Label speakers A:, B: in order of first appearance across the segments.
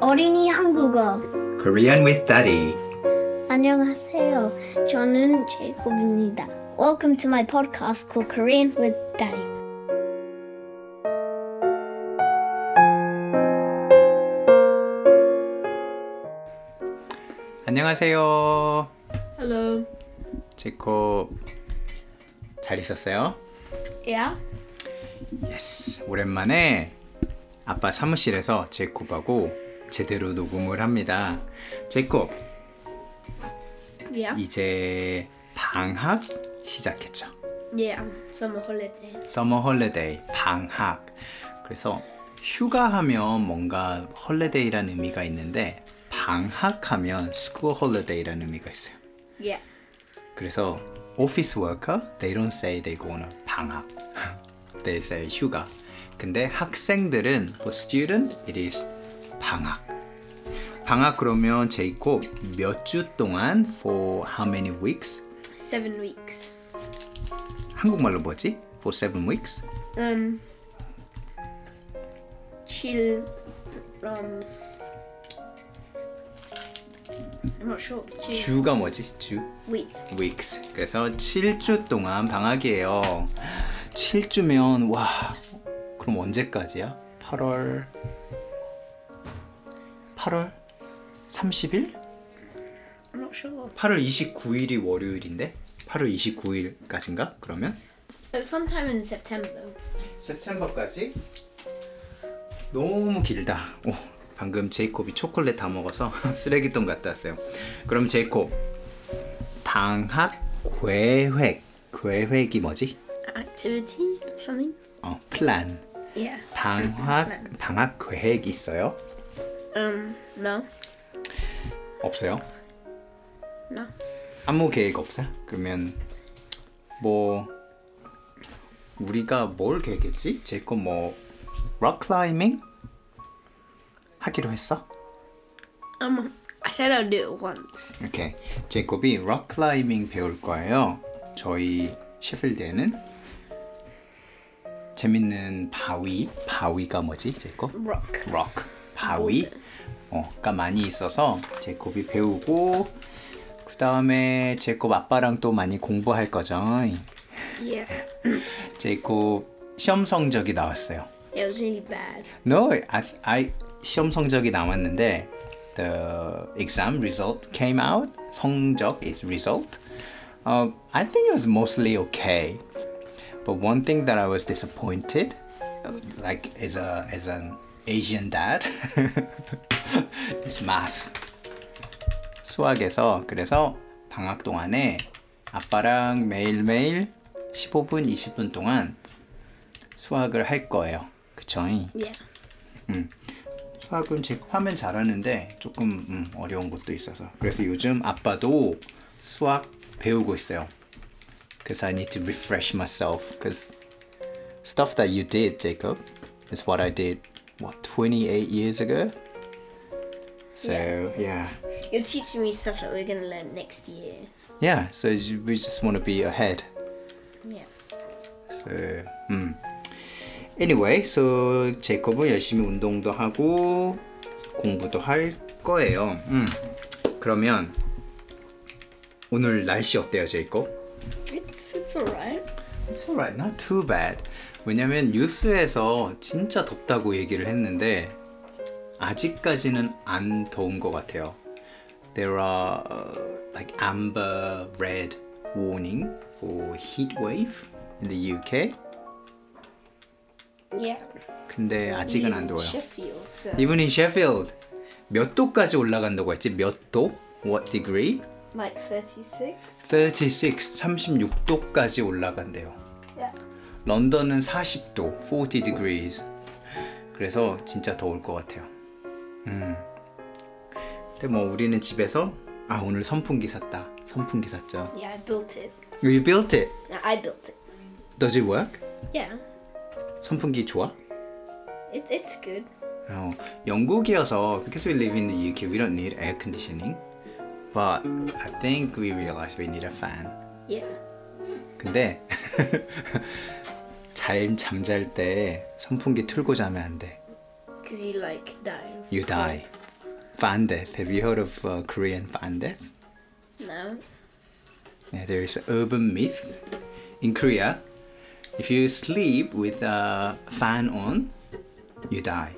A: 어린이 한국어.
B: Korean with Daddy.
A: 안녕하세요. 저는 제이콥입니다. Welcome to my podcast called Korean with Daddy.
B: 안녕하세요.
C: Hello.
B: 제코 잘 있었어요?
C: Yeah?
B: 예스. 오랜만에 아빠 사무실에서 제콥하고 제대로 녹음을 합니다. 제콥
C: Yeah?
B: 이제 방학 시작했죠.
C: Yeah. Summer holiday.
B: 서머 헐레데이 방학. 그래서 휴가하면 뭔가 헐레데이라는 의미가 있는데 방학하면 스쿨 헐레데이라는 의미가 있어요.
C: Yeah.
B: 그래서 오피스 워커 they don't say they go on a 방학 they say 휴가 근데 학생들은 for student it is 방학 방학 그러면 제이콥 몇주 동안 for how many weeks
C: Seven weeks.
B: 한국말로 뭐지 for seven weeks
C: Um. Chill. Um. I'm not sure. Chill.
B: 주가 뭐지 주
C: Week.
B: weeks 그래서 7주 동안 방학이에요 7주면 와 그럼 언제까지야 8월 8월 30일
C: I'm not sure.
B: 8월 29일이 월요일인데 8월 29일까지인가 그러면
C: But sometime in September.
B: September까지 너무 길다 오, 방금 제이콥이 초콜릿 다 먹어서 쓰레기통 갔다 왔어요 그럼 제이콥 방학 계획 계획이 뭐지?
C: Activity or something?
B: 어, 플랜.
C: Yeah.
B: 방학 방학 계획 있어요?
C: Um. No.
B: 없어요?
C: No.
B: 아무 계획 없어? 그러면 뭐 우리가 뭘 계획했지? 제거 뭐 락클라이밍 하기로 했어?
C: Um. I said I'll do it once.
B: 이렇게 제이콥이 락클라이밍 배울 거예요. 저희 셰필드에는 재밌는 바위, 바위가 뭐지, 제이콥?
C: Rock.
B: 록, 바위 어가 많이 있어서 제콥이 배우고 그 다음에 제콥 아빠랑 또 많이 공부할 거죠.
C: Yeah.
B: 제콥 시험 성적이 나왔어요.
C: It was really bad.
B: No, I, I 시험 성적이 나왔는데 the exam result came out. 성적 is result. Uh, I think it was mostly okay, but one thing that I was disappointed, like as a as an Asian dad, is math. 수학에서 그래서 방학 동안에 아빠랑 매일매일 15분, 20분 동안 수학을 할 거예요. 그쵸?
C: Yeah.
B: 수학은 제 화면 잘하는데 조금 음, 어려운 것도 있어서 그래서 요즘 아빠도 수학 배우고 있어요. Cause I need to refresh myself. Cause stuff that you did, Jacob, is what I did what 28 years ago. So yeah,
C: You're teaching me stuff that we're gonna learn next year.
B: yeah. So you- we just want to be ahead.
C: Yeah.
B: 그, 음. Anyway, so 제이콥은 열심히 운동도 하고 공부도 할 거예요. 음. 그러면 오늘 날씨 어때요, 제이콥?
C: It's it's alright.
B: It's alright, not too bad. 왜냐면 뉴스에서 진짜 덥다고 얘기를 했는데 아직까지는 안 더운 것 같아요. There are uh, like amber red warning for heat wave in the UK.
C: Yeah.
B: 근데 아직은 안 더워요.
C: Sheffield. So.
B: 이분 in Sheffield 몇 도까지 올라간다고 했지? 몇 도? What degree?
C: Like 36?
B: 36, 36도까지 올라간대요.
C: Yeah.
B: 런던은 40도, 40 degrees. 그래서 진짜 더울 것 같아요. 음. 근데 뭐 우리는 집에서 아 오늘 선풍기 샀다. 선풍기 샀죠.
C: Yeah, I built it.
B: You built it.
C: No, I built it.
B: Does it work?
C: Yeah.
B: 선풍기 좋아?
C: It, it's good.
B: 어, 영국이어서 because we live in the UK, we don't need air conditioning. But I think we realize we need a fan.
C: Yeah.
B: 근데 잠 잠잘 때 선풍기 틀고 자면 안 돼.
C: Because you like die.
B: You die. Bandeth. Have you heard of uh, Korean Bandeth?
C: No.
B: Yeah, there is an urban myth in Korea. If you sleep with a fan on, you die.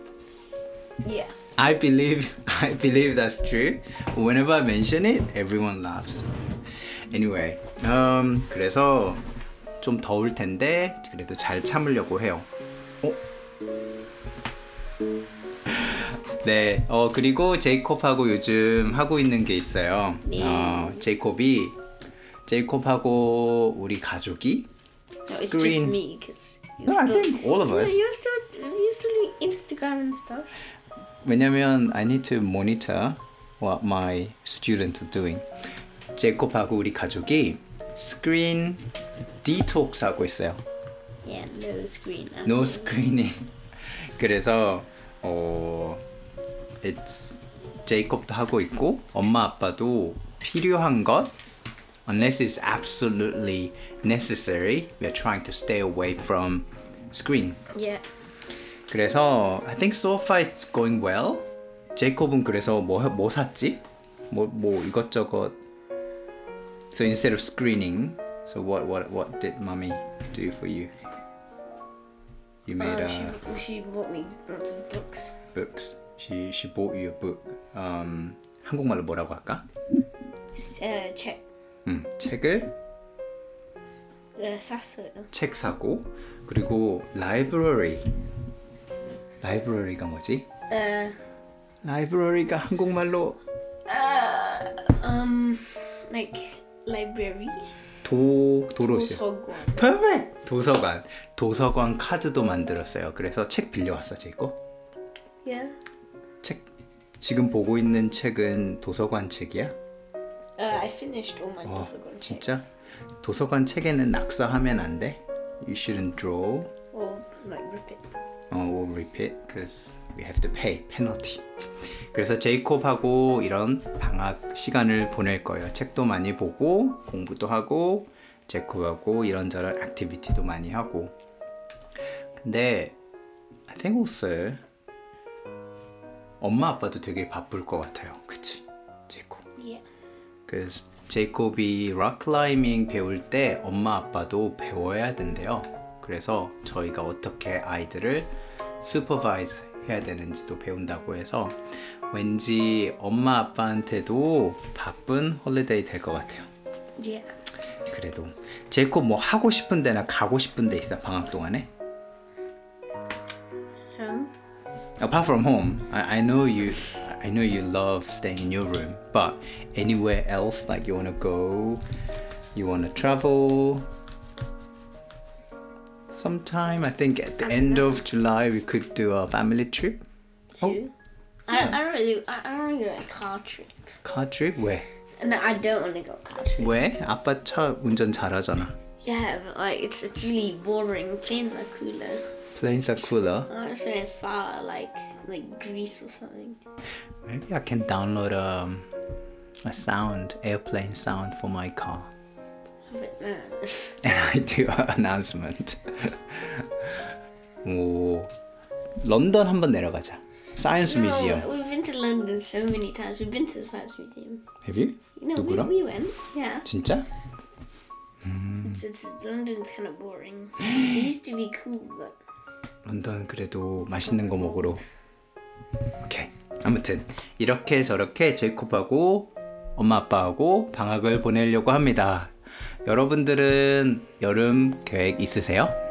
C: Yeah.
B: I believe I believe that's true. Whenever I mention it, everyone laughs. Anyway, um, 그래서 좀 더울 텐데 그래도 잘 참으려고 해요. 어? 네, 어 그리고 제이콥하고 요즘 하고 있는 게 있어요. 어, 제이콥이 제이콥하고 우리 가족이
C: No, it's just
B: Screen.
C: me because.
B: No, I think all of us.
C: You're still you're still doing Instagram and stuff.
B: 왜냐면 I need to monitor what my students are doing. 제콥하고 우리 가족이 스크린 디톡스 하고 있어요.
C: Yeah, no screen. at
B: No
C: all.
B: screening. 그래서 어 it's 제이콥도 하고 있고 엄마 아빠도 필요한 것 unless it's absolutely necessary we are trying to stay away from screen.
C: Yeah.
B: 그래서 I think so far it's going well. 제이콥은 그래서 뭐 뭐 샀지? 뭐 뭐 이것저것. So instead of screening, so what what what did mommy do for you? You made
C: Oh,
B: uh,
C: she, she bought me lots of books.
B: books. She she bought you a book. Um, 한국말로 뭐라고 할까?
C: S- Uh, check
B: 음, 책을
C: uh, Sasso.
B: 책 사고 그리고 library. library가 뭐지?
C: Uh,
B: library가 한국말로
C: um, like library.
B: 도 도로시.
C: Hogwarts.
B: Perfect. 도서관. 도서관 카드도 만들었어요. 그래서 책 빌려왔어, 제이코.
C: Yeah.
B: 책 지금 보고 있는 책은 도서관 책이야?
C: Uh, I finished all my
B: 어,
C: Hogwarts
B: 진짜?
C: checks.
B: 도서관 책에는 낙서하면 안 돼. You shouldn't draw
C: Or like rip it.
B: or 어, repeat because we have to pay penalty. 그래서 제이콥하고 이런 방학 시간을 보낼 거예요. 책도 많이 보고 공부도 하고 제이콥하고 이런저런 액티비티도 많이 하고. 근데 I think also 엄마 아빠도 되게 바쁠 것 같아요. 그치? 제이콥.
C: Yeah.
B: 그래서 제이콥이 락클라이밍 배울 때 엄마 아빠도 배워야 된대요. 그래서 저희가 어떻게 아이들을 슈퍼바이즈 해야 되는지도 배운다고 해서 왠지 엄마 아빠한테도 바쁜 홀리데이 될 것 같아요.
C: Yeah.
B: 그래도 제이콥 뭐 하고 싶은 데나 가고 싶은 데 있어 방학 동안에?
C: Home.
B: Apart from home, I, I know you I know you love staying in your room, but anywhere else like you wanna go, you wanna travel. Sometime I think at the end of July we could do a family trip.
C: Two. I, I don't really. I, I don't really like car trip.
B: Car trip? 왜?
C: No, I don't want to go car trip.
B: 왜? 아빠 차 운전 잘하잖아.
C: Yeah, but like it's it's really boring. Planes are cooler.
B: Planes are cooler.
C: I want somewhere far, like like Greece or something.
B: Maybe I can download a, a sound, airplane sound for my car.
C: But no.
B: and I do an announcement. 오, 런던 한번 내려가자. 사이언스 뮤지엄.
C: No, we've been to London so many times. We've been to the Science Museum.
B: Have you?
C: No, we,
B: 누구랑?
C: we went. Yeah.
B: 진짜?
C: It's, it's London's kind of boring. it used to be cool, but
B: 런던 그래도 맛있는 거 먹으러. 오케이. 아무튼 이렇게 저렇게 제이콥하고 엄마 아빠하고 방학을 보내려고 합니다. 여러분들은 여름 계획 있으세요?